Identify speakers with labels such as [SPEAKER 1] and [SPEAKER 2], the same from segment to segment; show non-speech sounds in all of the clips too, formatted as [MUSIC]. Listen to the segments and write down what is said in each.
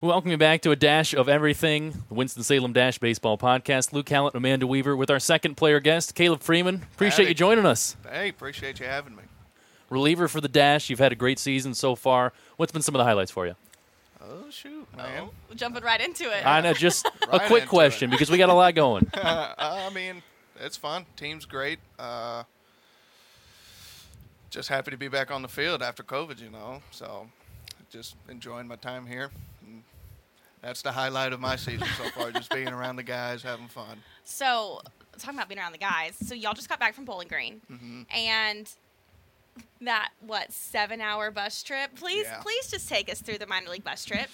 [SPEAKER 1] Welcome you back to a dash of everything, the Winston-Salem Dash Baseball Podcast. Luke Hallett, Amanda Weaver, with our second player guest, Caleb Freeman. Appreciate
[SPEAKER 2] Howdy.
[SPEAKER 1] you joining us,
[SPEAKER 2] Hey, appreciate you having me.
[SPEAKER 1] reliever for the dash. You've had a great season so far. What's been some of the highlights for you?
[SPEAKER 2] Oh shoot, man.
[SPEAKER 3] jumping right into it.
[SPEAKER 1] I know,
[SPEAKER 2] [LAUGHS]
[SPEAKER 1] just
[SPEAKER 2] Uh, Right
[SPEAKER 1] a
[SPEAKER 2] into
[SPEAKER 1] quick
[SPEAKER 2] it.
[SPEAKER 1] question because we got a lot
[SPEAKER 2] [LAUGHS]
[SPEAKER 1] going.
[SPEAKER 2] Uh, [LAUGHS] I mean, it's fun. Team's great. Uh, just happy to be back on the field after COVID, you know. So, just enjoying my time here. And that's the highlight of my season so far. just being around the guys, having fun.
[SPEAKER 3] So, talking about being around the guys, so y'all just got back from Bowling Green,
[SPEAKER 2] Mm-hmm.
[SPEAKER 3] and that what seven-hour bus trip? Please,
[SPEAKER 2] Yeah.
[SPEAKER 3] please just take us through the minor league bus trip.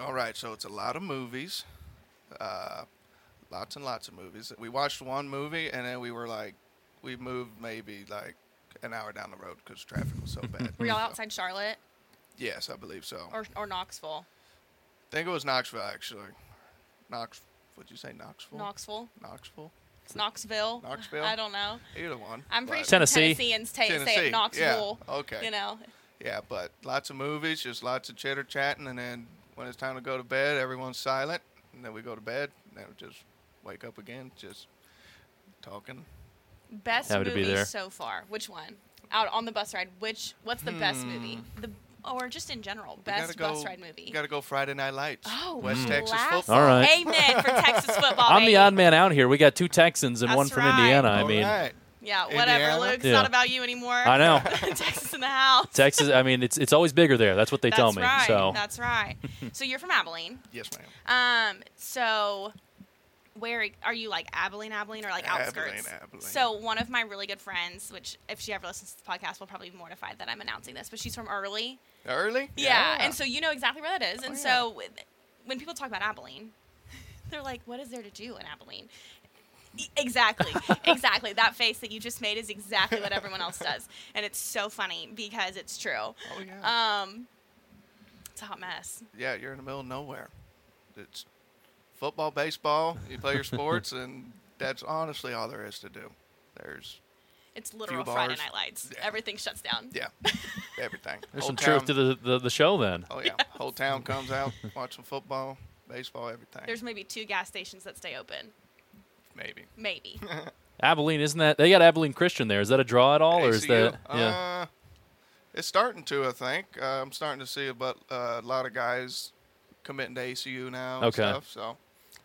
[SPEAKER 2] All right, so it's a lot of movies, uh, lots and lots of movies. We watched one movie and then we were like, we moved maybe like an hour down the road because traffic was so [LAUGHS] bad.
[SPEAKER 3] Were y'all
[SPEAKER 2] So-
[SPEAKER 3] outside Charlotte
[SPEAKER 2] Yes, I believe so.
[SPEAKER 3] or, or Knoxville?
[SPEAKER 2] think it was Knoxville actually. Knox, would you say Knoxville?
[SPEAKER 3] Knoxville,
[SPEAKER 2] Knoxville.
[SPEAKER 3] It's Knoxville,
[SPEAKER 2] Knoxville?
[SPEAKER 3] I don't know.
[SPEAKER 2] Either one.
[SPEAKER 3] I'm pretty
[SPEAKER 2] but-
[SPEAKER 3] sure
[SPEAKER 1] Tennessee?
[SPEAKER 3] Tennesseans ta- say
[SPEAKER 2] Tennessee,
[SPEAKER 3] it Knoxville.
[SPEAKER 2] yeah, okay.
[SPEAKER 3] You know,
[SPEAKER 2] Yeah, but lots of movies, just lots of chitter chatting, and then when it's time to go to bed, everyone's silent, and then we go to bed, and then we just wake up again, just talking.
[SPEAKER 3] best
[SPEAKER 1] Happy to be
[SPEAKER 3] movie
[SPEAKER 1] there.
[SPEAKER 3] so far. Which one? Out on the bus ride. Which? What's the best movie? The or just in general,
[SPEAKER 2] Hmm. We gotta
[SPEAKER 3] best
[SPEAKER 2] go,
[SPEAKER 3] bus ride movie.
[SPEAKER 2] You gotta go Friday Night Lights.
[SPEAKER 3] Oh,
[SPEAKER 2] West Texas
[SPEAKER 3] classic.
[SPEAKER 2] football.
[SPEAKER 1] Mm. All right.
[SPEAKER 3] Amen for
[SPEAKER 1] [LAUGHS]
[SPEAKER 3] Texas football.
[SPEAKER 1] I'm the
[SPEAKER 3] baby.
[SPEAKER 1] odd man out here. We got two Texans and
[SPEAKER 3] That's
[SPEAKER 1] one from
[SPEAKER 3] right.
[SPEAKER 1] Indiana. I
[SPEAKER 2] All
[SPEAKER 1] mean,
[SPEAKER 2] right.
[SPEAKER 3] Yeah, whatever,
[SPEAKER 2] Indiana?
[SPEAKER 3] Luke. It's
[SPEAKER 1] Yeah.
[SPEAKER 3] not about you anymore.
[SPEAKER 1] I know
[SPEAKER 3] [LAUGHS] Texas in the house.
[SPEAKER 1] Texas. I mean, it's it's always bigger there. That's what they
[SPEAKER 3] That's
[SPEAKER 1] tell me.
[SPEAKER 3] right.
[SPEAKER 1] So [LAUGHS]
[SPEAKER 3] That's right. so you're from Abilene.
[SPEAKER 2] Yes, ma'am.
[SPEAKER 3] Um, so where are you like Abilene, Abilene, or like outskirts?
[SPEAKER 2] Abilene, Abilene.
[SPEAKER 3] So one of my really good friends, which if she ever listens to the podcast, will probably be mortified that I'm announcing this, but she's from Early.
[SPEAKER 2] Early.
[SPEAKER 3] Yeah. And so you know exactly where that is. And
[SPEAKER 2] Oh, yeah.
[SPEAKER 3] so with, when people talk about Abilene, [LAUGHS] they're like, what is there to do in Abilene? E-
[SPEAKER 2] [LAUGHS]
[SPEAKER 3] Exactly. exactly. That face that you just made is exactly what everyone else does. And it's so funny because it's true.
[SPEAKER 2] Oh yeah.
[SPEAKER 3] Um, it's a hot mess.
[SPEAKER 2] yeah, you're in the middle of nowhere. It's football, baseball. You play
[SPEAKER 1] [LAUGHS]
[SPEAKER 2] your sports, and that's honestly all there is to do. There's
[SPEAKER 3] It's literal
[SPEAKER 2] bars.
[SPEAKER 3] Friday Night Lights.
[SPEAKER 2] Yeah.
[SPEAKER 3] Everything shuts down.
[SPEAKER 2] yeah, everything.
[SPEAKER 1] [LAUGHS] there's
[SPEAKER 2] Whole
[SPEAKER 1] some
[SPEAKER 2] town-
[SPEAKER 1] truth to the, the the show then.
[SPEAKER 2] Oh yeah, whole town comes out, watch some football, baseball, everything.
[SPEAKER 3] There's maybe two gas stations that stay open.
[SPEAKER 2] maybe. [LAUGHS]
[SPEAKER 3] Maybe.
[SPEAKER 1] Abilene, isn't that they got Abilene Christian there? Is that a draw at all, or is
[SPEAKER 2] ACU,
[SPEAKER 1] that yeah?
[SPEAKER 2] Uh, it's starting to, I think. Uh, I'm starting to see about uh, a lot of guys committing to ACU now. And
[SPEAKER 1] Okay.
[SPEAKER 2] Stuff, so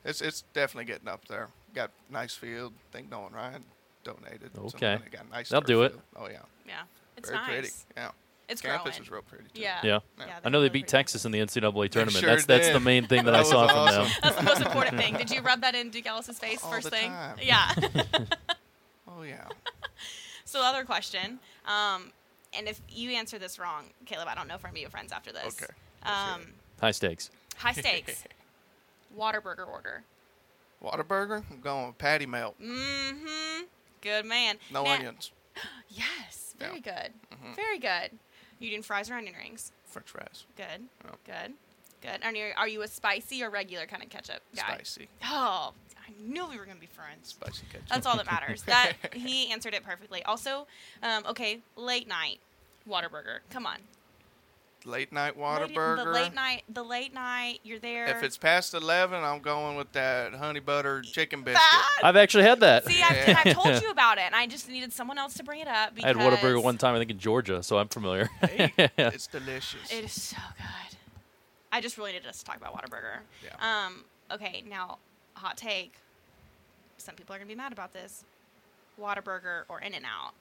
[SPEAKER 2] it's it's definitely getting up there. Got nice field. think Nolan Ryan donated. some
[SPEAKER 1] Okay.
[SPEAKER 2] money, Got nice.
[SPEAKER 1] They'll
[SPEAKER 2] turf
[SPEAKER 1] do it.
[SPEAKER 2] field. Oh yeah.
[SPEAKER 3] Yeah. It's
[SPEAKER 2] Very
[SPEAKER 3] nice.
[SPEAKER 2] pretty. Yeah.
[SPEAKER 3] It's
[SPEAKER 2] Campus
[SPEAKER 3] growing.
[SPEAKER 2] is real pretty too.
[SPEAKER 3] Yeah.
[SPEAKER 1] Yeah.
[SPEAKER 3] Yeah,
[SPEAKER 1] I know they
[SPEAKER 3] they're
[SPEAKER 1] beat
[SPEAKER 3] pretty.
[SPEAKER 1] Texas in the NCAA tournament.
[SPEAKER 2] sure
[SPEAKER 1] that's that's the
[SPEAKER 2] did.
[SPEAKER 1] main thing that, I
[SPEAKER 2] That
[SPEAKER 1] saw
[SPEAKER 2] was
[SPEAKER 1] from them.
[SPEAKER 2] awesome.
[SPEAKER 3] [LAUGHS] That's the most important thing. Did you rub that in Duke Ellis's face
[SPEAKER 2] All
[SPEAKER 3] first
[SPEAKER 2] the
[SPEAKER 3] thing?
[SPEAKER 2] time. [LAUGHS]
[SPEAKER 3] Yeah.
[SPEAKER 2] Oh yeah.
[SPEAKER 3] so the other question, um, and if you answer this wrong, Caleb, I don't know if I'm gonna be friends after this.
[SPEAKER 2] Okay. Let's
[SPEAKER 3] Um,
[SPEAKER 2] hear
[SPEAKER 1] [LAUGHS] High stakes.
[SPEAKER 2] [LAUGHS]
[SPEAKER 3] high stakes. Waterburger order.
[SPEAKER 2] Waterburger. I'm going with patty melt.
[SPEAKER 3] Mm-hmm. Good man.
[SPEAKER 2] No
[SPEAKER 3] Now-
[SPEAKER 2] onions.
[SPEAKER 3] Yes.
[SPEAKER 2] Yeah. Mm-hmm.
[SPEAKER 3] Very good. Very good. You doing fries or onion rings?
[SPEAKER 2] French fries.
[SPEAKER 3] Good.
[SPEAKER 2] Yeah.
[SPEAKER 3] Good. Good. Are you, are you a spicy or regular kind of ketchup guy?
[SPEAKER 2] Spicy.
[SPEAKER 3] Oh, I knew we were gonna be friends.
[SPEAKER 2] Spicy ketchup.
[SPEAKER 3] That's all that matters. That
[SPEAKER 2] [LAUGHS]
[SPEAKER 3] he answered it perfectly. Also, um, okay, late night Waterburger. Come on,
[SPEAKER 2] late night
[SPEAKER 3] Late-
[SPEAKER 2] Waterburger.
[SPEAKER 3] The late night, the late night. You're there.
[SPEAKER 2] If it's past eleven, I'm going with that honey butter chicken biscuit.
[SPEAKER 3] That-
[SPEAKER 1] I've actually had that.
[SPEAKER 3] see, I've, and
[SPEAKER 1] [LAUGHS]
[SPEAKER 3] I've told you about it, and I just needed someone else to bring it up.
[SPEAKER 1] I had
[SPEAKER 3] Because
[SPEAKER 1] Whataburger one time, I think, in Georgia, so I'm familiar. [LAUGHS]
[SPEAKER 2] Hey, it's delicious.
[SPEAKER 3] It is so good. I just really needed us to talk about Waterburger.
[SPEAKER 2] Yeah.
[SPEAKER 3] Um. Okay, now hot take. Some people are gonna be mad about this. Waterburger or In and Out.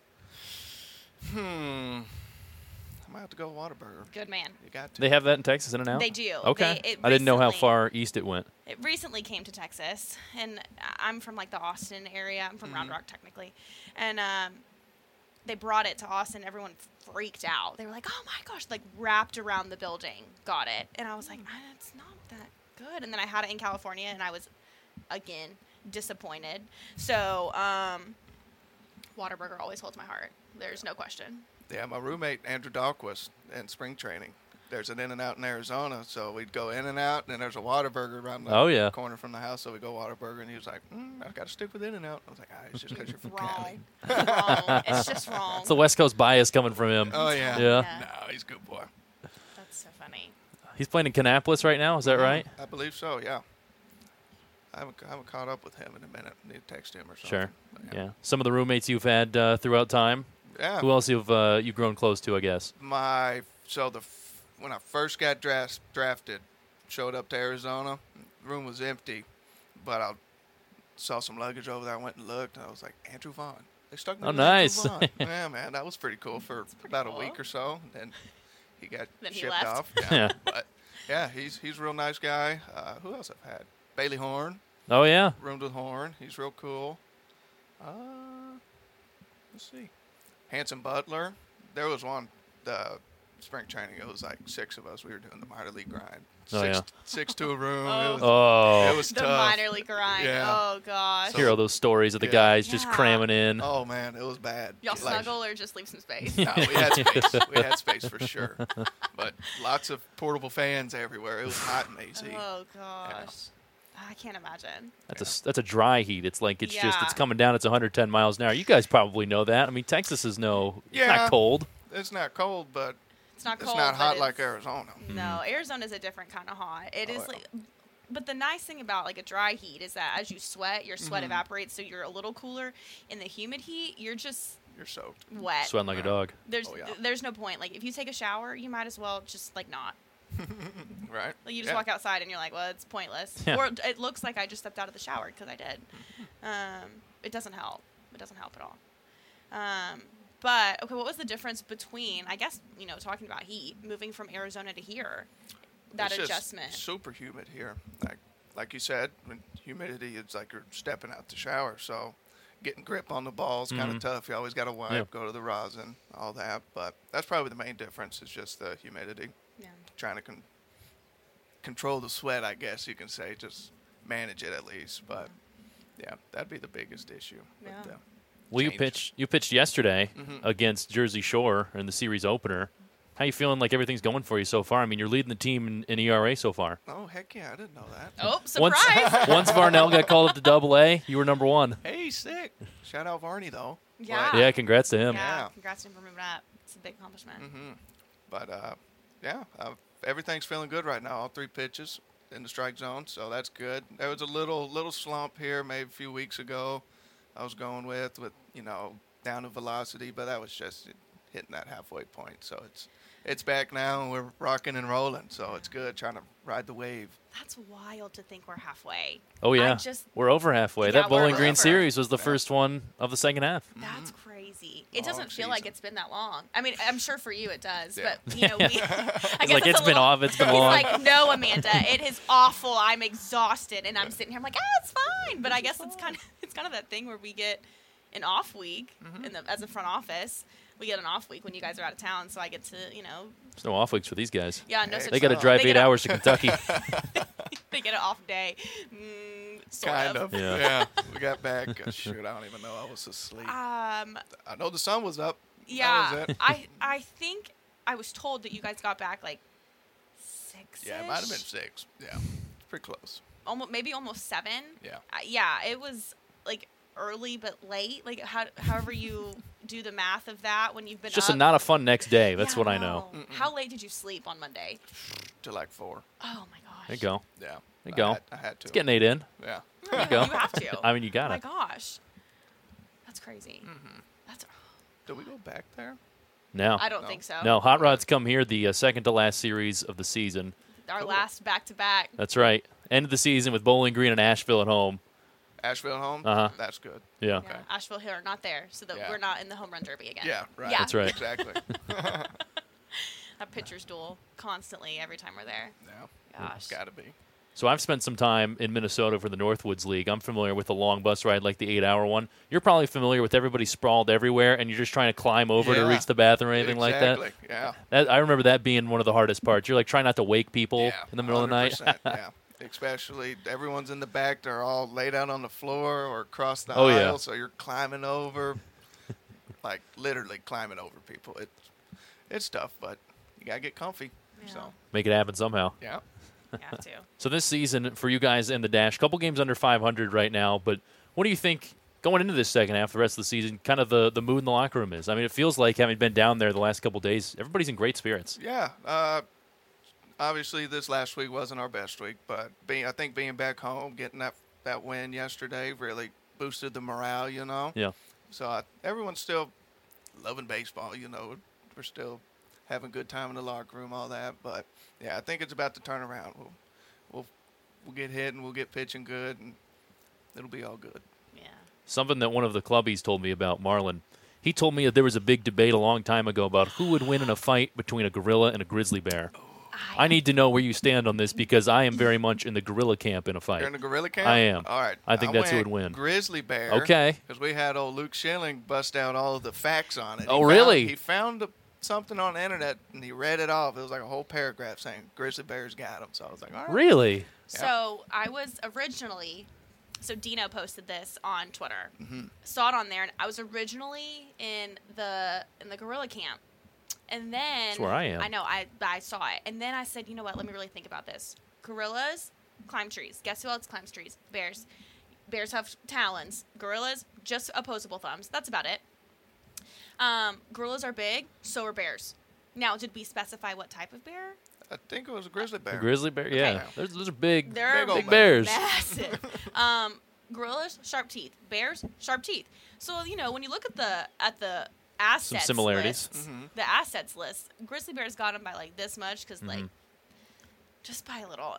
[SPEAKER 2] hmm. I might have to go Waterburger.
[SPEAKER 3] Good man.
[SPEAKER 2] You got to.
[SPEAKER 1] they have that in Texas, in and out.
[SPEAKER 3] They do.
[SPEAKER 1] Okay.
[SPEAKER 3] They- it
[SPEAKER 1] I didn't know how
[SPEAKER 3] recently-
[SPEAKER 1] far east it went.
[SPEAKER 3] it recently came to Texas, and I- I'm from like the Austin area. I'm from Round
[SPEAKER 2] Mm-hmm.
[SPEAKER 3] Rock technically, and um, they brought it to Austin. Everyone freaked out. They were like, "Oh my gosh!" Like wrapped around the building, got it. And I was like, "Ah, "It's not that good." And then I had it in California, and I was again disappointed. So, um, Waterburger always holds my heart. There's
[SPEAKER 2] [LAUGHS]
[SPEAKER 3] no question.
[SPEAKER 2] yeah, my roommate Andrew Dahlquist in spring training. There's an In and Out in Arizona, so we'd go In and Out, and then there's a Waterburger around the
[SPEAKER 1] Oh, yeah.
[SPEAKER 2] corner from the house, so we go Waterburger, and he was like, mm, "I've got to stick with In and Out." I was like, ah, "It's just because you're from Cali."
[SPEAKER 3] Wrong. wrong. It's just
[SPEAKER 1] [LAUGHS]
[SPEAKER 3] wrong.
[SPEAKER 1] It's the West Coast bias coming from him.
[SPEAKER 2] Oh yeah.
[SPEAKER 1] Yeah.
[SPEAKER 3] Yeah.
[SPEAKER 2] No, he's a good boy.
[SPEAKER 3] That's so funny.
[SPEAKER 1] He's playing in Canapolis right now. Is
[SPEAKER 3] Mm-hmm.
[SPEAKER 1] that right?
[SPEAKER 2] I believe so. Yeah. I haven't, I haven't caught up with him in a minute. Need to text him or something.
[SPEAKER 1] Sure.
[SPEAKER 2] But
[SPEAKER 1] Yeah. Some of the roommates you've had uh, throughout time.
[SPEAKER 2] Yeah.
[SPEAKER 1] Who else you've uh, you've grown close to? I guess.
[SPEAKER 2] my so the f- when I first got draft, drafted, showed up to Arizona, room was empty, but I saw some luggage over there. I went and looked, and I was like Andrew Vaughn. They stuck me.
[SPEAKER 1] Oh,
[SPEAKER 2] with Andrew
[SPEAKER 1] nice. [LAUGHS]
[SPEAKER 2] Vaughn. yeah, man, that was pretty cool for
[SPEAKER 3] pretty
[SPEAKER 2] about
[SPEAKER 3] cool.
[SPEAKER 2] a week or so. and Then he got
[SPEAKER 3] Then he
[SPEAKER 2] shipped
[SPEAKER 1] [LAUGHS]
[SPEAKER 3] left.
[SPEAKER 2] off.
[SPEAKER 1] Yeah.
[SPEAKER 2] Yeah, but yeah, he's he's a real nice guy. Uh, who else I've had? Bailey Horn,
[SPEAKER 1] Oh yeah.
[SPEAKER 2] roomed with Horn. He's real cool. Uh, let's see. Handsome Butler. There was one the spring training. It was like six of us. We were doing the minor league grind.
[SPEAKER 1] Oh,
[SPEAKER 2] Six
[SPEAKER 1] yeah.
[SPEAKER 2] six to a room.
[SPEAKER 3] Oh.
[SPEAKER 2] It was, it
[SPEAKER 1] Oh.
[SPEAKER 2] was
[SPEAKER 3] The
[SPEAKER 2] tough.
[SPEAKER 3] minor league grind.
[SPEAKER 2] Yeah.
[SPEAKER 3] Oh gosh.
[SPEAKER 1] Hear all those stories of the
[SPEAKER 2] Yeah.
[SPEAKER 1] guys just
[SPEAKER 3] Yeah.
[SPEAKER 1] cramming in.
[SPEAKER 2] Oh man, it was bad.
[SPEAKER 3] Y'all
[SPEAKER 2] Like,
[SPEAKER 3] snuggle or just leave
[SPEAKER 2] [LAUGHS]
[SPEAKER 3] some space.
[SPEAKER 2] No, we
[SPEAKER 1] [LAUGHS]
[SPEAKER 2] had space. we had space for sure. But lots of portable fans everywhere. It was hot and easy.
[SPEAKER 3] Oh gosh. I can't imagine.
[SPEAKER 1] That's a s- that's a dry heat. It's like it's just it's
[SPEAKER 3] Yeah.
[SPEAKER 1] coming down. It's 110 miles an hour. You guys probably know that. I mean, Texas is no. It's
[SPEAKER 2] Yeah.
[SPEAKER 1] not cold.
[SPEAKER 2] It's not cold, but
[SPEAKER 3] It's not
[SPEAKER 2] it's
[SPEAKER 3] cold.
[SPEAKER 2] not
[SPEAKER 3] but
[SPEAKER 2] hot like
[SPEAKER 3] it's-
[SPEAKER 2] Arizona.
[SPEAKER 3] No, Arizona's a different kind of hot. It
[SPEAKER 2] Oh,
[SPEAKER 3] is
[SPEAKER 2] yeah.
[SPEAKER 3] like, but the nice thing about like a dry heat is that as you sweat, your
[SPEAKER 2] Mm-hmm.
[SPEAKER 3] sweat evaporates, so you're a little cooler. In the humid heat, you're just
[SPEAKER 2] You're soaked.
[SPEAKER 3] wet.
[SPEAKER 1] Sweating like a dog.
[SPEAKER 3] There's
[SPEAKER 2] Oh, yeah.
[SPEAKER 3] th- there's no point. Like if you take a shower, you might as well just like not.
[SPEAKER 2] Right?
[SPEAKER 3] Like you just
[SPEAKER 2] Yeah.
[SPEAKER 3] walk outside and you're like, well, it's pointless.
[SPEAKER 1] Yeah.
[SPEAKER 3] Or it looks like I just stepped out of the shower because I did. Um, it doesn't help. It doesn't help at all. Um, but okay, what was the difference between? I guess you know, talking about heat, moving from Arizona to here, that
[SPEAKER 2] It's just
[SPEAKER 3] adjustment.
[SPEAKER 2] super humid here. Like like you said, when humidity it's like you're stepping out the shower, so getting grip on the ball is kind of
[SPEAKER 1] Mhm.
[SPEAKER 2] tough. You always got to wipe,
[SPEAKER 1] Yeah.
[SPEAKER 2] go to the rosin, all that. But that's probably the main difference is just the humidity.
[SPEAKER 3] yeah.
[SPEAKER 2] Trying to con- control the sweat, I guess you can say, just manage it at least. But yeah, that'd be the biggest issue. with
[SPEAKER 3] Yeah.
[SPEAKER 2] them.
[SPEAKER 1] Well, you
[SPEAKER 2] Changed.
[SPEAKER 1] pitched you pitched yesterday
[SPEAKER 3] Mm-hmm.
[SPEAKER 1] against Jersey Shore in the series opener. How you feeling? Like everything's going for you so far? I mean, you're leading the team in, in ERA so far.
[SPEAKER 2] Oh heck yeah, I didn't know that.
[SPEAKER 3] Oh,
[SPEAKER 1] Once
[SPEAKER 3] surprise!
[SPEAKER 1] once Varnell got called up to Double A, you were number one.
[SPEAKER 2] Hey, sick! Shout out Varney though.
[SPEAKER 1] [LAUGHS]
[SPEAKER 3] Yeah.
[SPEAKER 1] Yeah, congrats to him.
[SPEAKER 3] Ah. yeah,
[SPEAKER 2] Yeah.
[SPEAKER 3] congrats to him for moving up. It's a big accomplishment.
[SPEAKER 2] But uh, yeah, uh, everything's feeling good right now. All three pitches in the strike zone, so that's good. There was a little little slump here maybe a few weeks ago. I was going with with you know down in velocity, but that was just hitting that halfway point. So it's it's back now, and we're rocking and rolling. So it's good trying to ride the wave.
[SPEAKER 3] That's wild to think we're halfway.
[SPEAKER 1] Oh
[SPEAKER 3] I
[SPEAKER 1] yeah,
[SPEAKER 3] just-
[SPEAKER 1] we're over halfway.
[SPEAKER 3] Yeah,
[SPEAKER 1] that
[SPEAKER 3] we're
[SPEAKER 1] Bowling Green
[SPEAKER 3] over.
[SPEAKER 1] series was the
[SPEAKER 2] Yeah.
[SPEAKER 1] first one of the second half.
[SPEAKER 3] That's
[SPEAKER 1] Mm-hmm.
[SPEAKER 3] crazy. It
[SPEAKER 2] Long
[SPEAKER 1] Oh,
[SPEAKER 3] doesn't feel like
[SPEAKER 2] season.
[SPEAKER 3] it's been that long. I mean, I'm sure for you it does,
[SPEAKER 2] Yeah.
[SPEAKER 1] [LAUGHS]
[SPEAKER 3] but you know, we, [LAUGHS] I guess
[SPEAKER 1] like,
[SPEAKER 3] it's a
[SPEAKER 1] "It's been
[SPEAKER 3] little-
[SPEAKER 1] off, it's been
[SPEAKER 3] [LAUGHS] he's
[SPEAKER 1] long."
[SPEAKER 3] like, no, Amanda, it is awful. I'm exhausted, and I'm sitting here. I'm like, ah, it's fine. But I guess it's kind of [LAUGHS] it's kind of that thing where we get an off week
[SPEAKER 1] Mm-hmm.
[SPEAKER 3] in the, as a front office. We get an off week when you guys are out of town, so I get to you know,
[SPEAKER 1] There's no off weeks for these guys.
[SPEAKER 3] yeah, no
[SPEAKER 2] Hey.
[SPEAKER 3] such
[SPEAKER 1] They got to
[SPEAKER 2] so-
[SPEAKER 1] drive
[SPEAKER 3] They
[SPEAKER 1] eight
[SPEAKER 3] get a-
[SPEAKER 1] hours to Kentucky.
[SPEAKER 3] [LAUGHS]
[SPEAKER 1] [LAUGHS]
[SPEAKER 3] they get an off day. Mm, sort
[SPEAKER 2] Kind of,
[SPEAKER 1] Yeah.
[SPEAKER 2] yeah.
[SPEAKER 1] [LAUGHS]
[SPEAKER 2] we got back. Uh, shoot, I don't even know. I was asleep.
[SPEAKER 3] Um,
[SPEAKER 2] I know the sun was up. That was
[SPEAKER 3] yeah,
[SPEAKER 2] it.
[SPEAKER 3] I I think I was told that you guys got back like six.
[SPEAKER 2] Yeah, it might have been six. Yeah, pretty close.
[SPEAKER 3] almost maybe almost seven.
[SPEAKER 2] Yeah.
[SPEAKER 3] Uh, yeah, it was like early but late. Like how,
[SPEAKER 2] [LAUGHS]
[SPEAKER 3] however you do the math of that when you've been
[SPEAKER 1] it's just a,
[SPEAKER 3] up.
[SPEAKER 1] not a fun next day. That's
[SPEAKER 3] Yeah,
[SPEAKER 1] what I know.
[SPEAKER 3] no. How late did you sleep on Monday?
[SPEAKER 2] To like four.
[SPEAKER 3] Oh my gosh.
[SPEAKER 1] There you go.
[SPEAKER 2] Yeah,
[SPEAKER 1] There you
[SPEAKER 2] I
[SPEAKER 1] go.
[SPEAKER 2] Had, I had to.
[SPEAKER 1] It's getting eight in.
[SPEAKER 2] Yeah.
[SPEAKER 3] There
[SPEAKER 1] you go.
[SPEAKER 3] You have to.
[SPEAKER 1] [LAUGHS] I mean, you
[SPEAKER 3] oh
[SPEAKER 1] got
[SPEAKER 3] my
[SPEAKER 1] it.
[SPEAKER 3] gosh. That's crazy.
[SPEAKER 2] Mm-hmm.
[SPEAKER 3] That's.
[SPEAKER 2] Do we go back there?
[SPEAKER 1] No,
[SPEAKER 3] I don't
[SPEAKER 2] No.
[SPEAKER 3] think so.
[SPEAKER 1] no. Hot Rods come here the uh, second to last series of the season.
[SPEAKER 3] Our
[SPEAKER 2] Cool.
[SPEAKER 3] last back to back.
[SPEAKER 1] That's right. End of the season with Bowling Green and Asheville at home.
[SPEAKER 2] Asheville home?
[SPEAKER 1] Uh-huh.
[SPEAKER 2] That's good.
[SPEAKER 1] Yeah.
[SPEAKER 3] Yeah, Asheville here are not there, so that
[SPEAKER 2] Yeah.
[SPEAKER 3] we're not in the home run derby again.
[SPEAKER 2] Yeah, right.
[SPEAKER 3] Yeah.
[SPEAKER 1] That's right. [LAUGHS]
[SPEAKER 2] Exactly.
[SPEAKER 3] A pitcher's duel constantly every time we're there.
[SPEAKER 2] yeah.
[SPEAKER 3] Gosh.
[SPEAKER 2] Gotta be.
[SPEAKER 1] So I've spent some time in Minnesota for the Northwoods League. I'm familiar with the long bus ride, like the eight-hour one. You're probably familiar with everybody sprawled everywhere, and you're just trying to climb over to
[SPEAKER 2] Yeah.
[SPEAKER 1] reach the bathroom or anything like that.
[SPEAKER 2] Exactly, Yeah.
[SPEAKER 1] That, I remember that being one of the hardest parts. You're like trying not to wake people
[SPEAKER 2] yeah.
[SPEAKER 1] in the middle of the night.
[SPEAKER 2] 100%, yeah. Especially everyone's in the back. They're all laid out on the floor or across the
[SPEAKER 1] Oh,
[SPEAKER 2] aisle.
[SPEAKER 1] yeah.
[SPEAKER 2] So you're climbing over, [LAUGHS] like literally climbing over people. It's it's tough, but you gotta get comfy.
[SPEAKER 3] Yeah.
[SPEAKER 2] So
[SPEAKER 1] Make it happen somehow.
[SPEAKER 2] yeah.
[SPEAKER 3] You have to.
[SPEAKER 1] So this season for you guys in the dash, couple games under 500 right now. But what do you think going into this second half, the rest of the season, kind of the the mood in the locker room is? I mean, it feels like having been down there the last couple days, everybody's in great spirits.
[SPEAKER 2] Yeah, uh, obviously this last week wasn't our best week, but being I think being back home, getting that that win yesterday really boosted the morale. You know.
[SPEAKER 1] Yeah.
[SPEAKER 2] So I, everyone's still loving baseball. You know, we're still having a good time in the locker room, all that. But yeah, I think it's about to turn around. We'll we'll, we'll get hit and we'll get pitching good, and it'll be all good.
[SPEAKER 3] Yeah.
[SPEAKER 1] Something that one of the clubbies told me about Marlin. He told me that there was a big debate a long time ago about who would win in a fight between a gorilla and a grizzly bear. I need to know where you stand on this because I am very much in the gorilla camp in a fight.
[SPEAKER 2] You're in the gorilla camp.
[SPEAKER 1] I am.
[SPEAKER 2] All right.
[SPEAKER 1] I think that's who would win.
[SPEAKER 2] Grizzly bear.
[SPEAKER 1] Okay.
[SPEAKER 2] Because we had old Luke Schilling bust out all of the facts on it. He
[SPEAKER 1] Oh,
[SPEAKER 2] found-
[SPEAKER 1] really?
[SPEAKER 2] he found a- something on the internet and he read it off. It was like a whole paragraph saying grizzly bears got him. So I was like, all right.
[SPEAKER 1] Really?
[SPEAKER 3] So I was originally, so Dino posted this on Twitter.
[SPEAKER 1] Mm-hmm.
[SPEAKER 3] Saw it on there, and I was originally in the in the gorilla camp, and then
[SPEAKER 1] That's where I am.
[SPEAKER 3] I know I I saw it, and then I said, you know what? Let me really think about this. Gorillas climb trees. Guess who else climbs trees? Bears. Bears have talons. Gorillas just opposable thumbs. That's about it. Um, gorillas are big. So are bears. Now, did we specify what type of bear?
[SPEAKER 2] I think it was a grizzly bear.
[SPEAKER 1] A grizzly bear? Yeah.
[SPEAKER 2] Okay.
[SPEAKER 1] There's, those are big,
[SPEAKER 3] They're
[SPEAKER 2] Big old
[SPEAKER 1] big bears. [LAUGHS]
[SPEAKER 3] Massive. um, gorillas, sharp teeth. Bears, sharp teeth. So you know when you look at the at the assets
[SPEAKER 1] similarities.
[SPEAKER 3] lists,
[SPEAKER 2] Mm-hmm.
[SPEAKER 3] the assets list, grizzly bears got them by like this much because
[SPEAKER 1] Mm-hmm.
[SPEAKER 3] like just by a little.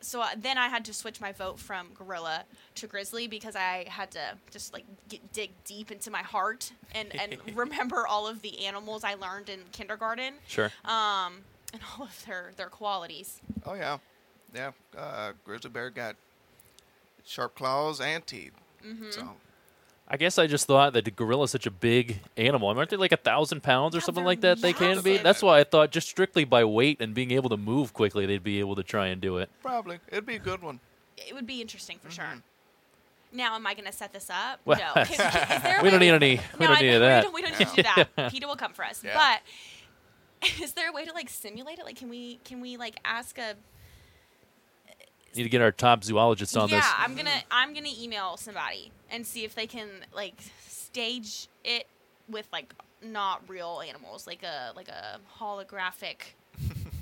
[SPEAKER 3] So uh, then I had to switch my vote from gorilla to grizzly because I had to just like get, dig deep into my heart and and
[SPEAKER 2] [LAUGHS]
[SPEAKER 3] remember all of the animals I learned in kindergarten.
[SPEAKER 1] Sure.
[SPEAKER 3] Um. And all of their, their qualities.
[SPEAKER 2] Oh yeah, yeah. Uh, grizzly bear got sharp claws and teeth. So
[SPEAKER 1] I guess I just thought that the gorilla is such a big animal. I mean, aren't they like a thousand pounds or
[SPEAKER 3] Yeah,
[SPEAKER 1] something
[SPEAKER 3] they're
[SPEAKER 1] like that? They can be.
[SPEAKER 3] massive.
[SPEAKER 1] That's why I thought just strictly by weight and being able to move quickly, they'd be able to try and do it.
[SPEAKER 2] probably it'd be a good one.
[SPEAKER 3] it would be interesting for sure. Now, am I going to set this up?
[SPEAKER 1] Well,
[SPEAKER 3] no. Is-
[SPEAKER 1] [LAUGHS]
[SPEAKER 3] is there a
[SPEAKER 1] We don't
[SPEAKER 3] way-
[SPEAKER 1] need any. We
[SPEAKER 3] No,
[SPEAKER 1] don't
[SPEAKER 3] I-
[SPEAKER 1] need that.
[SPEAKER 3] We don't, we don't need to do
[SPEAKER 1] [LAUGHS]
[SPEAKER 3] that. Peter will come for us.
[SPEAKER 2] Yeah.
[SPEAKER 3] But [LAUGHS] is there a way to like simulate it? Like, can we can we like ask a?
[SPEAKER 1] Need to get our top zoologists on
[SPEAKER 3] yeah,
[SPEAKER 1] this.
[SPEAKER 3] I'm gonna I'm gonna email somebody and see if they can like stage it with like not real animals, like a like a
[SPEAKER 1] [LAUGHS]
[SPEAKER 3] holographic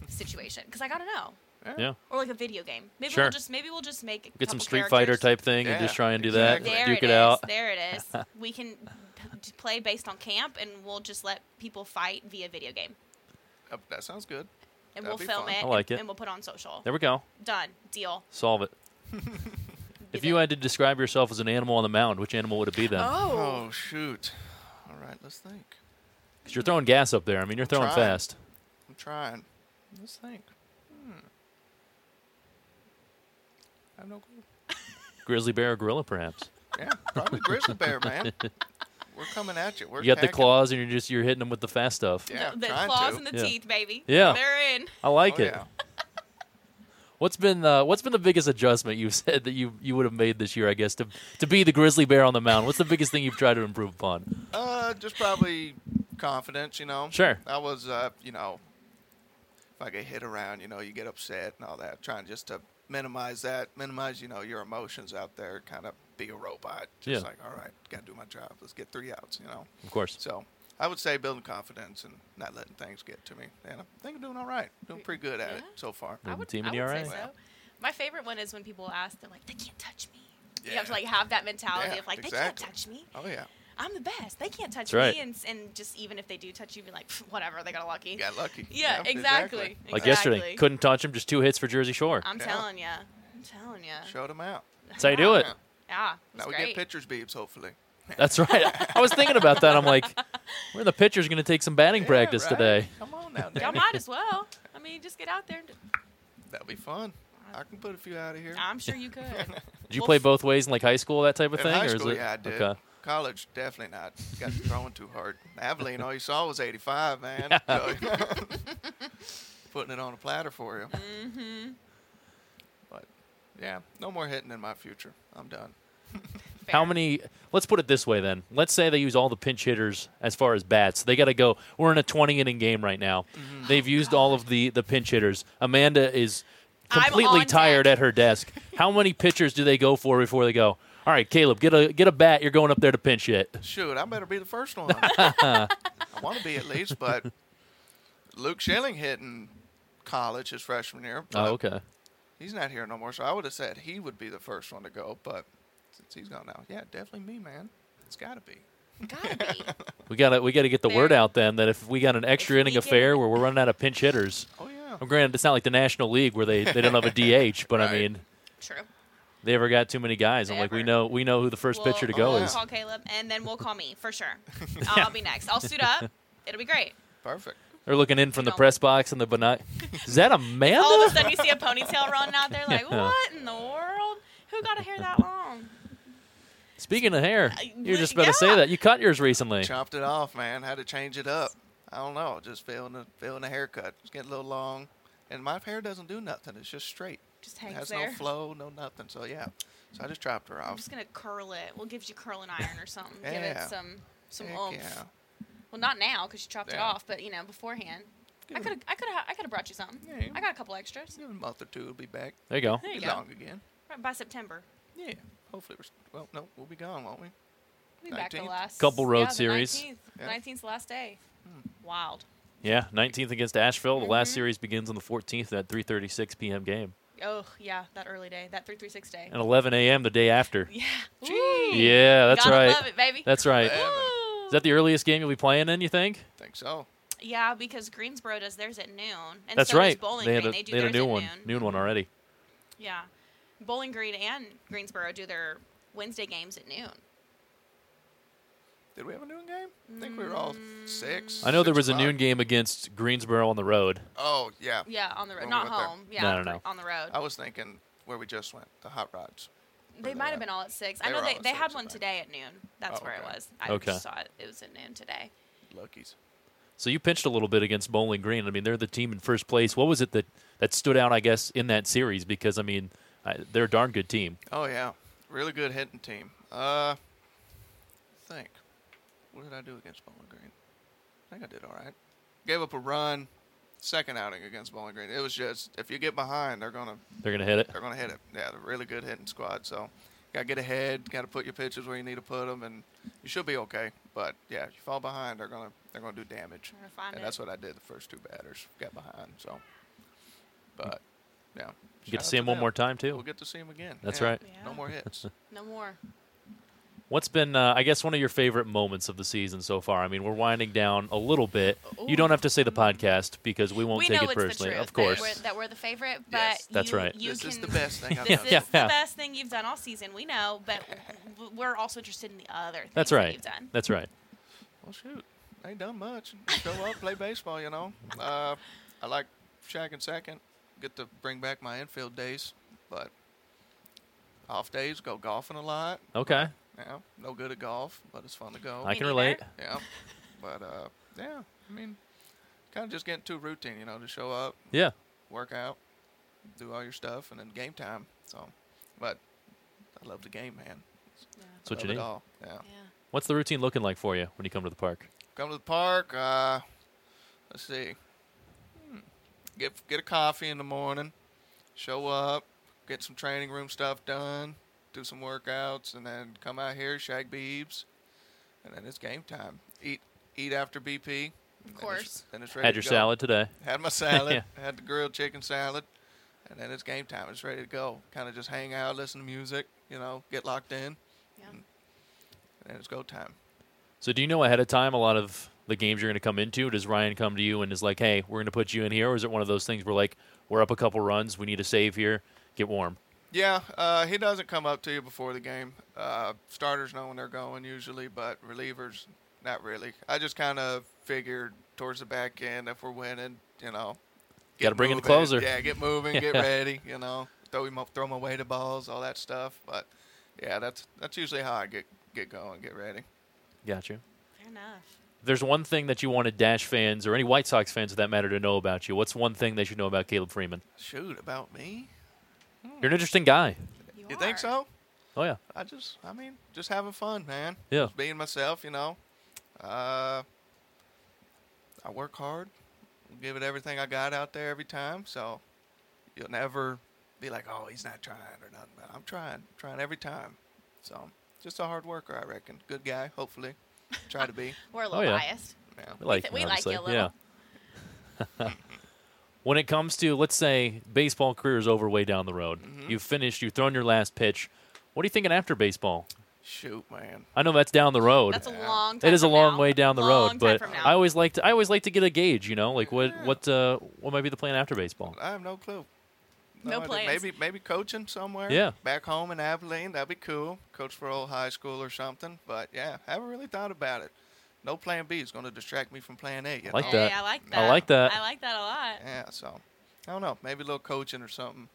[SPEAKER 3] situation. Because I gotta know,
[SPEAKER 1] yeah.
[SPEAKER 3] or like a video game. Maybe
[SPEAKER 1] Sure.
[SPEAKER 3] we'll just maybe we'll just make a
[SPEAKER 1] Get some
[SPEAKER 3] couple
[SPEAKER 1] Street Fighter
[SPEAKER 3] characters.
[SPEAKER 1] type thing and just
[SPEAKER 2] Yeah,
[SPEAKER 1] try and do
[SPEAKER 2] exactly.
[SPEAKER 1] that.
[SPEAKER 3] There
[SPEAKER 1] Duke it,
[SPEAKER 3] it is.
[SPEAKER 1] out.
[SPEAKER 3] There it
[SPEAKER 1] [LAUGHS]
[SPEAKER 3] is. we can p- t- play based on camp, and we'll just let people fight via video game,
[SPEAKER 2] Uh, That sounds good.
[SPEAKER 3] and
[SPEAKER 2] That'd
[SPEAKER 3] we'll
[SPEAKER 2] be
[SPEAKER 3] film
[SPEAKER 2] fun.
[SPEAKER 3] it.
[SPEAKER 1] I like
[SPEAKER 3] and,
[SPEAKER 1] it.
[SPEAKER 3] And we'll put on social.
[SPEAKER 1] There we go.
[SPEAKER 3] Done. Deal.
[SPEAKER 1] Solve it.
[SPEAKER 3] Be
[SPEAKER 1] If you
[SPEAKER 3] there.
[SPEAKER 1] had to describe yourself as an animal on the mound, which animal would it be then?
[SPEAKER 3] oh,
[SPEAKER 2] Oh shoot! All right, let's think.
[SPEAKER 1] 'Cause you're throwing gas up there. I mean, you're throwing
[SPEAKER 2] Trying.
[SPEAKER 1] fast.
[SPEAKER 2] I'm trying. Let's think. Hmm. I have no clue.
[SPEAKER 1] Grizzly bear or gorilla, perhaps.
[SPEAKER 2] Yeah, probably
[SPEAKER 1] [LAUGHS]
[SPEAKER 2] grizzly bear, man. We're coming at you. We're
[SPEAKER 1] You got the
[SPEAKER 2] tagging-
[SPEAKER 1] claws, and you're just you're hitting them with the fast stuff.
[SPEAKER 2] Yeah,
[SPEAKER 3] the, the
[SPEAKER 2] trying
[SPEAKER 3] claws
[SPEAKER 2] to.
[SPEAKER 3] and the
[SPEAKER 1] Yeah.
[SPEAKER 3] teeth, baby.
[SPEAKER 1] Yeah.
[SPEAKER 3] they're in.
[SPEAKER 1] I like
[SPEAKER 2] Oh,
[SPEAKER 1] it.
[SPEAKER 2] yeah.
[SPEAKER 1] What's been uh, what's been the biggest adjustment you've [LAUGHS] said that you you would have made this year? I guess to to be the grizzly bear on the mound. What's the biggest thing you've tried to improve upon?
[SPEAKER 2] Uh, just probably confidence, you know.
[SPEAKER 1] Sure.
[SPEAKER 2] I was, uh, you know, if I get hit around, you know, you get upset and all that. Trying just to minimize that, minimize, you know, your emotions out there. Kind of be a robot. Just
[SPEAKER 1] Yeah.
[SPEAKER 2] like, all right, gotta do my job. Let's get three outs, you know.
[SPEAKER 1] Of course.
[SPEAKER 2] So I would say building confidence and not letting things get to me. And I think I'm doing all right. Doing pretty good at it
[SPEAKER 3] Yeah.
[SPEAKER 2] so far.
[SPEAKER 1] Yeah.
[SPEAKER 3] I
[SPEAKER 1] Then
[SPEAKER 3] would,
[SPEAKER 1] team
[SPEAKER 3] I
[SPEAKER 1] and you
[SPEAKER 3] would
[SPEAKER 1] are
[SPEAKER 3] say
[SPEAKER 1] right.
[SPEAKER 3] so. My favorite one is when people ask, they're like, "They can't touch me." You
[SPEAKER 2] Yeah.
[SPEAKER 3] have to like have that mentality
[SPEAKER 2] Yeah,
[SPEAKER 3] of like, "They can't
[SPEAKER 2] exactly.
[SPEAKER 3] touch me.
[SPEAKER 2] Oh yeah,
[SPEAKER 3] I'm the best. They can't touch
[SPEAKER 1] That's right.
[SPEAKER 3] me." And and just even if they do touch you, be like, "Pff, "Whatever, they got lucky."
[SPEAKER 2] you got
[SPEAKER 3] [LAUGHS]
[SPEAKER 2] lucky.
[SPEAKER 3] Yeah, exactly.
[SPEAKER 1] Like yesterday,
[SPEAKER 3] Exactly. Um,
[SPEAKER 1] couldn't touch him. Just two hits for Jersey Shore.
[SPEAKER 3] I'm
[SPEAKER 2] Yeah.
[SPEAKER 3] telling you. I'm telling you.
[SPEAKER 2] Showed them out.
[SPEAKER 1] That's how you do it.
[SPEAKER 2] Yeah.
[SPEAKER 3] Yeah. It was
[SPEAKER 2] Now we
[SPEAKER 3] great.
[SPEAKER 2] get pitchers beeps, hopefully.
[SPEAKER 1] That's right. I was thinking about that. I'm like, where the pitcher's going to take some batting
[SPEAKER 2] [LAUGHS] Yeah,
[SPEAKER 1] practice
[SPEAKER 2] right?
[SPEAKER 1] today?
[SPEAKER 2] Come on
[SPEAKER 3] [LAUGHS]
[SPEAKER 2] now,
[SPEAKER 3] Y'all
[SPEAKER 2] Danny.
[SPEAKER 3] might as well. I mean, just get out there. And
[SPEAKER 2] That'll be fun. I can put a few out of here.
[SPEAKER 3] I'm sure [LAUGHS] you could.
[SPEAKER 1] Did you
[SPEAKER 3] Well,
[SPEAKER 1] play
[SPEAKER 3] f-
[SPEAKER 1] both ways in like high school, that type of
[SPEAKER 2] In
[SPEAKER 1] thing,
[SPEAKER 2] high
[SPEAKER 1] or
[SPEAKER 2] school,
[SPEAKER 1] is it?
[SPEAKER 2] yeah, I did.
[SPEAKER 1] Okay.
[SPEAKER 2] College, definitely not. Got thrown too hard. Abilene, all you saw was 85,
[SPEAKER 1] [LAUGHS]
[SPEAKER 2] man. So, [LAUGHS] putting it on a platter for you. Mm-hmm. But yeah, no more hitting in my future. I'm done.
[SPEAKER 1] How
[SPEAKER 3] fair.
[SPEAKER 1] many? Let's put it this way then. Let's say they use all the pinch hitters as far as bats. They got to go. We're in a 20 inning game right now.
[SPEAKER 3] Mm-hmm. Oh,
[SPEAKER 1] They've used all of the the pinch hitters. Amanda is
[SPEAKER 3] I'm
[SPEAKER 1] completely
[SPEAKER 3] on
[SPEAKER 1] tired
[SPEAKER 3] deck.
[SPEAKER 1] at her
[SPEAKER 3] [LAUGHS]
[SPEAKER 1] desk. How many pitchers do they go for before they go? All right, Caleb, get a get a bat. You're going up there to pinch hit.
[SPEAKER 2] Shoot, I better be the
[SPEAKER 1] [LAUGHS]
[SPEAKER 2] first one. I want to be at least, but Luke Schilling hitting college his freshman year.
[SPEAKER 1] Oh,
[SPEAKER 2] but
[SPEAKER 1] okay.
[SPEAKER 2] He's not here no more, so I would have said he would be the first one to go, but since he's gone now, yeah, definitely me, man. It's got to be.
[SPEAKER 3] Gotta be.
[SPEAKER 1] We gotta we gotta get the word
[SPEAKER 3] There-
[SPEAKER 1] out then that if we got an extra
[SPEAKER 3] If
[SPEAKER 1] inning
[SPEAKER 3] we
[SPEAKER 1] affair
[SPEAKER 3] get-
[SPEAKER 1] where we're running out of pinch hitters.
[SPEAKER 2] Oh, yeah.
[SPEAKER 1] Well, granted, it's not like the National League where they, they don't have a DH, but I
[SPEAKER 2] Right.
[SPEAKER 1] mean
[SPEAKER 3] True.
[SPEAKER 1] they ever got too many guys. I'm like we
[SPEAKER 3] Ever.
[SPEAKER 1] know we know who the 1st
[SPEAKER 3] We'll-
[SPEAKER 1] pitcher to
[SPEAKER 3] we'll
[SPEAKER 1] go
[SPEAKER 2] Oh, yeah.
[SPEAKER 1] is.
[SPEAKER 3] Call Caleb, and then we'll call me for [LAUGHS] sure. I'll, I'll be next. I'll suit up. It'll be great.
[SPEAKER 2] Perfect.
[SPEAKER 1] They're looking in from the
[SPEAKER 3] No.
[SPEAKER 1] press box and the
[SPEAKER 3] [LAUGHS]
[SPEAKER 1] binoc. Is that Amanda?
[SPEAKER 3] All of a sudden, you see a ponytail running out there. Like,
[SPEAKER 1] Yeah.
[SPEAKER 3] what in the world? Who got a hair that long?
[SPEAKER 1] Speaking of hair,
[SPEAKER 3] I-
[SPEAKER 1] you're just about to
[SPEAKER 3] Uh, yeah.
[SPEAKER 1] say that you cut yours recently.
[SPEAKER 2] Chopped it off, man. Had to change it up. I don't know. Just feeling the feeling the haircut. It's getting a little long, and my hair doesn't do nothing. It's just straight.
[SPEAKER 3] Just
[SPEAKER 2] It
[SPEAKER 3] hangs
[SPEAKER 2] has
[SPEAKER 3] there.
[SPEAKER 2] no flow, no nothing. So yeah. So I just chopped her
[SPEAKER 3] I'm
[SPEAKER 2] off.
[SPEAKER 3] just gonna curl it. We'll give you curling iron or something. Give
[SPEAKER 2] Yeah.
[SPEAKER 3] it some some
[SPEAKER 2] Heck
[SPEAKER 3] oomph.
[SPEAKER 2] yeah.
[SPEAKER 3] Well, not now because you chopped it
[SPEAKER 2] Yeah.
[SPEAKER 3] off, but you know beforehand. I
[SPEAKER 2] Good.
[SPEAKER 3] could have I could have I could have brought you some.
[SPEAKER 2] Yeah.
[SPEAKER 3] I got a couple extras.
[SPEAKER 2] Give it a month or two, it'll be back.
[SPEAKER 1] There you go.
[SPEAKER 3] There you
[SPEAKER 2] Be
[SPEAKER 3] go.
[SPEAKER 2] long again.
[SPEAKER 3] Right by September,
[SPEAKER 2] Yeah. Hopefully, we're, s- well, no, we'll be gone, won't we?
[SPEAKER 3] we back the
[SPEAKER 2] 19th?
[SPEAKER 3] last
[SPEAKER 1] Couple road
[SPEAKER 3] yeah, the
[SPEAKER 1] series.
[SPEAKER 3] 19th.
[SPEAKER 2] Yeah. Hmm.
[SPEAKER 3] 19th's the last day. Wild.
[SPEAKER 1] Yeah, 19th against Asheville. The last
[SPEAKER 3] Mm-hmm.
[SPEAKER 1] series begins on the 14th at 3:36 p.m. game
[SPEAKER 3] Oh yeah, that early day, that three three six day.
[SPEAKER 1] and 11 a.m. the day after.
[SPEAKER 3] [LAUGHS] Yeah.
[SPEAKER 2] Gee.
[SPEAKER 3] Ooh.
[SPEAKER 1] Yeah, that's
[SPEAKER 3] Gotta
[SPEAKER 1] right.
[SPEAKER 3] Love it, baby.
[SPEAKER 1] That's right. Is
[SPEAKER 2] Yeah.
[SPEAKER 3] Ooh.
[SPEAKER 1] that the earliest game you'll be playing in? You think?
[SPEAKER 2] Think so.
[SPEAKER 3] Yeah, because Greensboro does theirs at noon, and
[SPEAKER 1] That's
[SPEAKER 3] so
[SPEAKER 1] right.
[SPEAKER 3] does Bowling
[SPEAKER 1] they had a,
[SPEAKER 3] Green. they do
[SPEAKER 1] had a
[SPEAKER 3] theirs
[SPEAKER 1] new
[SPEAKER 3] at
[SPEAKER 1] one,
[SPEAKER 3] noon.
[SPEAKER 1] noon one already.
[SPEAKER 3] Yeah, Bowling Green and Greensboro do their Wednesday games at noon.
[SPEAKER 2] Did we have a noon game? I think we were all six.
[SPEAKER 1] I know there was
[SPEAKER 2] six
[SPEAKER 1] a noon
[SPEAKER 2] o'clock.
[SPEAKER 1] game against Greensboro on the road.
[SPEAKER 2] Oh yeah.
[SPEAKER 3] Yeah, on the road,
[SPEAKER 2] When we
[SPEAKER 3] not
[SPEAKER 2] went there. Oh.
[SPEAKER 3] home. Yeah,
[SPEAKER 1] No, no, no.
[SPEAKER 3] on the road.
[SPEAKER 2] I was thinking where we just went, the hot rods.
[SPEAKER 3] They might have been all at six. I
[SPEAKER 2] They
[SPEAKER 3] know
[SPEAKER 2] were all
[SPEAKER 3] they,
[SPEAKER 2] at
[SPEAKER 3] they
[SPEAKER 2] six,
[SPEAKER 3] had
[SPEAKER 2] I
[SPEAKER 3] one
[SPEAKER 2] think.
[SPEAKER 3] today at noon. That's
[SPEAKER 2] Oh,
[SPEAKER 3] where it
[SPEAKER 2] okay.
[SPEAKER 3] was. I
[SPEAKER 1] Okay.
[SPEAKER 3] just saw it. It was at noon today.
[SPEAKER 2] Luckies.
[SPEAKER 1] So you pinched a little bit against Bowling Green. I mean, they're the team in first place. What was it that that stood out? I guess in that series because I mean, I, they're a darn good team.
[SPEAKER 2] Oh yeah, really good hitting team. Uh, think, what did I do against Bowling Green? I think I did all right. Gave up a run, second outing against Bowling Green. It was just if you get behind, they're gonna
[SPEAKER 1] They're gonna hit it.
[SPEAKER 2] they're gonna hit it. Yeah, they're a really good hitting squad. So, gotta get ahead, gotta put your pitches where you need to put them, and you should be okay. But yeah, if you fall behind, they're gonna they're gonna do damage.
[SPEAKER 3] They're gonna find
[SPEAKER 2] and
[SPEAKER 3] it.
[SPEAKER 2] that's what I did the first two batters. Got behind, so. But yeah,
[SPEAKER 1] You get
[SPEAKER 2] shout out
[SPEAKER 1] to see him one
[SPEAKER 2] them.
[SPEAKER 1] more time
[SPEAKER 2] We'll
[SPEAKER 1] too.
[SPEAKER 2] get to see him again.
[SPEAKER 1] That's
[SPEAKER 2] Yeah,
[SPEAKER 1] right.
[SPEAKER 3] Yeah.
[SPEAKER 2] No more hits.
[SPEAKER 3] No more.
[SPEAKER 1] What's been, uh, I guess, one of your favorite moments of the season so far? I mean, we're winding down a little bit. You don't have to say the podcast because we won't
[SPEAKER 3] we
[SPEAKER 1] take
[SPEAKER 3] know
[SPEAKER 1] it
[SPEAKER 3] it's
[SPEAKER 1] personally,
[SPEAKER 3] the truth
[SPEAKER 1] of course.
[SPEAKER 3] That, we're, that we're the favorite, but
[SPEAKER 2] Yes,
[SPEAKER 1] that's
[SPEAKER 3] you-
[SPEAKER 1] right.
[SPEAKER 3] You
[SPEAKER 2] this
[SPEAKER 3] can,
[SPEAKER 2] is the best
[SPEAKER 3] [LAUGHS]
[SPEAKER 2] thing I've
[SPEAKER 3] This
[SPEAKER 2] done.
[SPEAKER 3] is
[SPEAKER 1] Yeah.
[SPEAKER 3] the best thing you've done all season. We know, but w- we're also interested in the other. Things
[SPEAKER 1] That's
[SPEAKER 3] that
[SPEAKER 1] right.
[SPEAKER 3] you've done.
[SPEAKER 1] That's right.
[SPEAKER 2] Well, shoot, ain't done much. Show up, play baseball. You know, uh, I like shagging second. Get to bring back my infield days, but off days go golfing a lot.
[SPEAKER 1] Okay.
[SPEAKER 2] Yeah, no good at golf, but it's fun to go.
[SPEAKER 1] I can
[SPEAKER 3] neither.
[SPEAKER 1] relate.
[SPEAKER 2] yeah, but uh, yeah, I mean, kind of just getting too routine. You know, to show up,
[SPEAKER 1] Yeah.
[SPEAKER 2] work out, do all your stuff, and then game time. So, but I love the game, man.
[SPEAKER 1] That's what
[SPEAKER 2] love
[SPEAKER 1] you
[SPEAKER 2] it
[SPEAKER 1] need.
[SPEAKER 2] all. Yeah.
[SPEAKER 3] Yeah.
[SPEAKER 1] What's the routine looking like for you when you come to the park?
[SPEAKER 2] come to the park. Uh, let's see. Hmm. Get get a coffee in the morning. Show up. Get some training room stuff done. Do some workouts, and then come out here, shag beebs, and then it's game time. Eat eat after BP. Of
[SPEAKER 3] course.
[SPEAKER 2] Then it's, ready.
[SPEAKER 1] Had
[SPEAKER 2] to
[SPEAKER 1] your
[SPEAKER 2] go.
[SPEAKER 1] salad today.
[SPEAKER 2] Had
[SPEAKER 1] [LAUGHS]
[SPEAKER 2] my salad. Had the grilled chicken salad, and then it's game time. It's ready to go. Kind of just hang out, listen to music. You know, get locked in,
[SPEAKER 3] Yeah.
[SPEAKER 2] and then it's go time.
[SPEAKER 1] So, do you know ahead of time a lot of the games you're going to come into? Does Ryan come to you and is like, hey, we're going to put you in here? Or is it one of those things where, like, we're up a couple runs, we need a save here, get warm?
[SPEAKER 2] Yeah, uh, he doesn't come up to you before the game. Uh, starters know when they're going usually, but relievers, not really. I just kind of figured towards the back end if we're winning, you know. get
[SPEAKER 1] Gotta bring in the
[SPEAKER 2] moving.
[SPEAKER 1] closer.
[SPEAKER 2] Yeah, get moving,
[SPEAKER 1] [LAUGHS]
[SPEAKER 2] get
[SPEAKER 1] Yeah.
[SPEAKER 2] ready, you know. Throw him up, throw him away to balls, all that stuff. But yeah, that's that's usually how I get get going, get ready.
[SPEAKER 1] Got you.
[SPEAKER 3] Fair enough.
[SPEAKER 1] If there's one thing that you wanted Dash fans or any White Sox fans for that matter to know about you, what's one thing they should know about Caleb Freeman?
[SPEAKER 2] Shoot, about me?
[SPEAKER 1] You're an interesting guy.
[SPEAKER 3] You,
[SPEAKER 2] You think
[SPEAKER 3] are.
[SPEAKER 2] so?
[SPEAKER 1] Oh, yeah.
[SPEAKER 2] I just, I mean, just having fun, man.
[SPEAKER 1] Yeah.
[SPEAKER 2] Just being myself, you know. Uh, I work hard, give it everything I got out there every time. So you'll never be like, oh, he's not trying or nothing. But I'm trying, trying every time. So just a hard worker, I reckon. Good guy, hopefully. Try to be.
[SPEAKER 3] We're a
[SPEAKER 1] Oh,
[SPEAKER 3] little
[SPEAKER 1] yeah.
[SPEAKER 3] biased.
[SPEAKER 2] Yeah.
[SPEAKER 1] We like,
[SPEAKER 3] th-
[SPEAKER 1] you,
[SPEAKER 3] we like you
[SPEAKER 1] obviously.
[SPEAKER 3] a little.
[SPEAKER 1] Yeah. [LAUGHS] When it comes to, let's say, baseball career is over way down the road.
[SPEAKER 2] Mm-hmm.
[SPEAKER 1] You've finished. You've thrown your last pitch. What are you thinking after baseball?
[SPEAKER 2] Shoot, man.
[SPEAKER 1] I know that's down the road.
[SPEAKER 3] That's a long. Time
[SPEAKER 1] It is a
[SPEAKER 3] from
[SPEAKER 1] long
[SPEAKER 3] now.
[SPEAKER 1] way down the
[SPEAKER 3] Long
[SPEAKER 1] road,
[SPEAKER 3] time
[SPEAKER 1] but
[SPEAKER 3] from now. Mm-hmm.
[SPEAKER 1] I always like to I always like to get a gauge, you know, like what what uh, what might be the plan after baseball.
[SPEAKER 2] I have no clue.
[SPEAKER 3] No
[SPEAKER 2] idea.
[SPEAKER 3] plans.
[SPEAKER 2] Maybe maybe coaching somewhere.
[SPEAKER 1] Yeah.
[SPEAKER 2] Back home in Abilene, that'd be cool. Coach for old high school or something. But yeah, haven't really thought about it. No plan B is going to distract me from plan A. You
[SPEAKER 1] Like
[SPEAKER 2] know?
[SPEAKER 1] that.
[SPEAKER 3] Hey, I like that.
[SPEAKER 1] I like that.
[SPEAKER 3] I like that a lot.
[SPEAKER 2] Yeah. So I don't know. Maybe a little coaching or something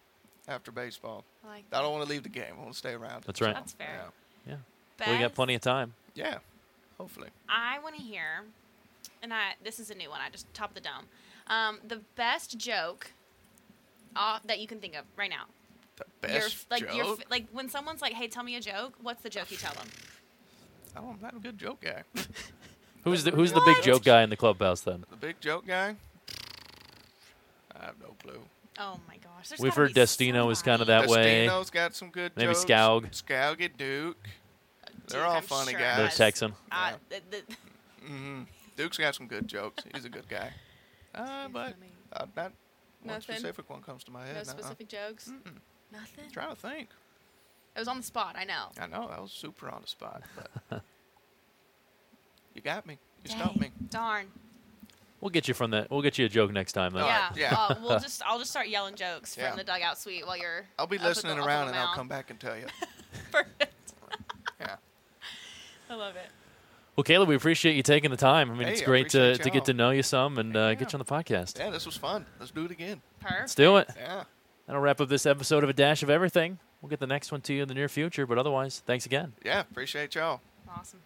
[SPEAKER 2] after baseball.
[SPEAKER 3] I like
[SPEAKER 2] I
[SPEAKER 3] that.
[SPEAKER 2] don't want to leave the game. I want to stay around.
[SPEAKER 1] That's right.
[SPEAKER 3] That's fair.
[SPEAKER 1] Yeah, we got
[SPEAKER 3] Best-
[SPEAKER 1] plenty of time.
[SPEAKER 2] Yeah. yeah. Hopefully.
[SPEAKER 3] I want to hear, and I this is a new one. I just top of the dome. Um, the best joke uh, that you can think of right now.
[SPEAKER 2] The
[SPEAKER 3] Your-
[SPEAKER 2] best
[SPEAKER 3] like
[SPEAKER 2] joke.
[SPEAKER 3] your f- like when someone's like, "Hey, tell me a joke." What's the joke you tell them?
[SPEAKER 2] oh, I'm not a good joke guy.
[SPEAKER 1] Who's the who's the big
[SPEAKER 3] What?
[SPEAKER 1] joke guy in the clubhouse then?
[SPEAKER 2] the big joke guy. I have no clue.
[SPEAKER 3] Oh my gosh. there's
[SPEAKER 1] We've
[SPEAKER 3] gotta
[SPEAKER 1] heard
[SPEAKER 3] be
[SPEAKER 1] Destino is
[SPEAKER 3] somebody.
[SPEAKER 1] kinda that way.
[SPEAKER 2] Destino's got some good
[SPEAKER 1] Maybe
[SPEAKER 2] jokes.
[SPEAKER 1] Scaug.
[SPEAKER 2] Scaug at Duke. They're
[SPEAKER 3] Duke,
[SPEAKER 2] all
[SPEAKER 3] I'm
[SPEAKER 2] funny
[SPEAKER 3] sure
[SPEAKER 2] guys.
[SPEAKER 1] They're
[SPEAKER 3] has.
[SPEAKER 1] Texan.
[SPEAKER 3] Uh,
[SPEAKER 2] Yeah.
[SPEAKER 3] th- th-
[SPEAKER 2] hmm Duke's got some good jokes. He's a good
[SPEAKER 3] [LAUGHS]
[SPEAKER 2] guy. Uh, but
[SPEAKER 3] funny.
[SPEAKER 2] uh, not one
[SPEAKER 3] Nothing?
[SPEAKER 2] specific one comes to my head.
[SPEAKER 3] no
[SPEAKER 2] nuh-uh.
[SPEAKER 3] specific jokes. Nothing.
[SPEAKER 2] I'm trying to think.
[SPEAKER 3] It was on the spot. I know.
[SPEAKER 2] I know that was super on the spot,
[SPEAKER 1] [LAUGHS]
[SPEAKER 2] but you got me. You stumped me.
[SPEAKER 3] Dang. Darn.
[SPEAKER 1] We'll get you from that. We'll get you a joke next time then.
[SPEAKER 2] All
[SPEAKER 3] yeah.
[SPEAKER 2] right, yeah.
[SPEAKER 3] Uh,
[SPEAKER 1] [LAUGHS]
[SPEAKER 3] we'll just I'll just start yelling jokes
[SPEAKER 2] Yeah.
[SPEAKER 3] from the dugout suite while you're.
[SPEAKER 2] I'll be
[SPEAKER 3] up at the-
[SPEAKER 2] listening
[SPEAKER 3] up at
[SPEAKER 2] around
[SPEAKER 3] the
[SPEAKER 2] and I'll
[SPEAKER 3] mound.
[SPEAKER 2] come back and tell
[SPEAKER 3] [LAUGHS]
[SPEAKER 2] you.
[SPEAKER 3] Perfect.
[SPEAKER 2] yeah.
[SPEAKER 3] I love it.
[SPEAKER 1] Well, Caleb, we appreciate you taking the time. I mean,
[SPEAKER 2] Hey,
[SPEAKER 1] it's
[SPEAKER 2] I
[SPEAKER 1] great to,
[SPEAKER 2] appreciate
[SPEAKER 1] to get
[SPEAKER 2] y'all.
[SPEAKER 1] to know you some and uh,
[SPEAKER 2] Yeah.
[SPEAKER 1] get you on the podcast.
[SPEAKER 2] Yeah, this was fun. Let's do it again.
[SPEAKER 3] Perfect.
[SPEAKER 1] Let's do it.
[SPEAKER 2] Yeah.
[SPEAKER 1] That'll wrap up this episode of A Dash of Everything. We'll get the next one to you in the near future, but otherwise, thanks again.
[SPEAKER 2] Yeah. Appreciate y'all.
[SPEAKER 3] Awesome.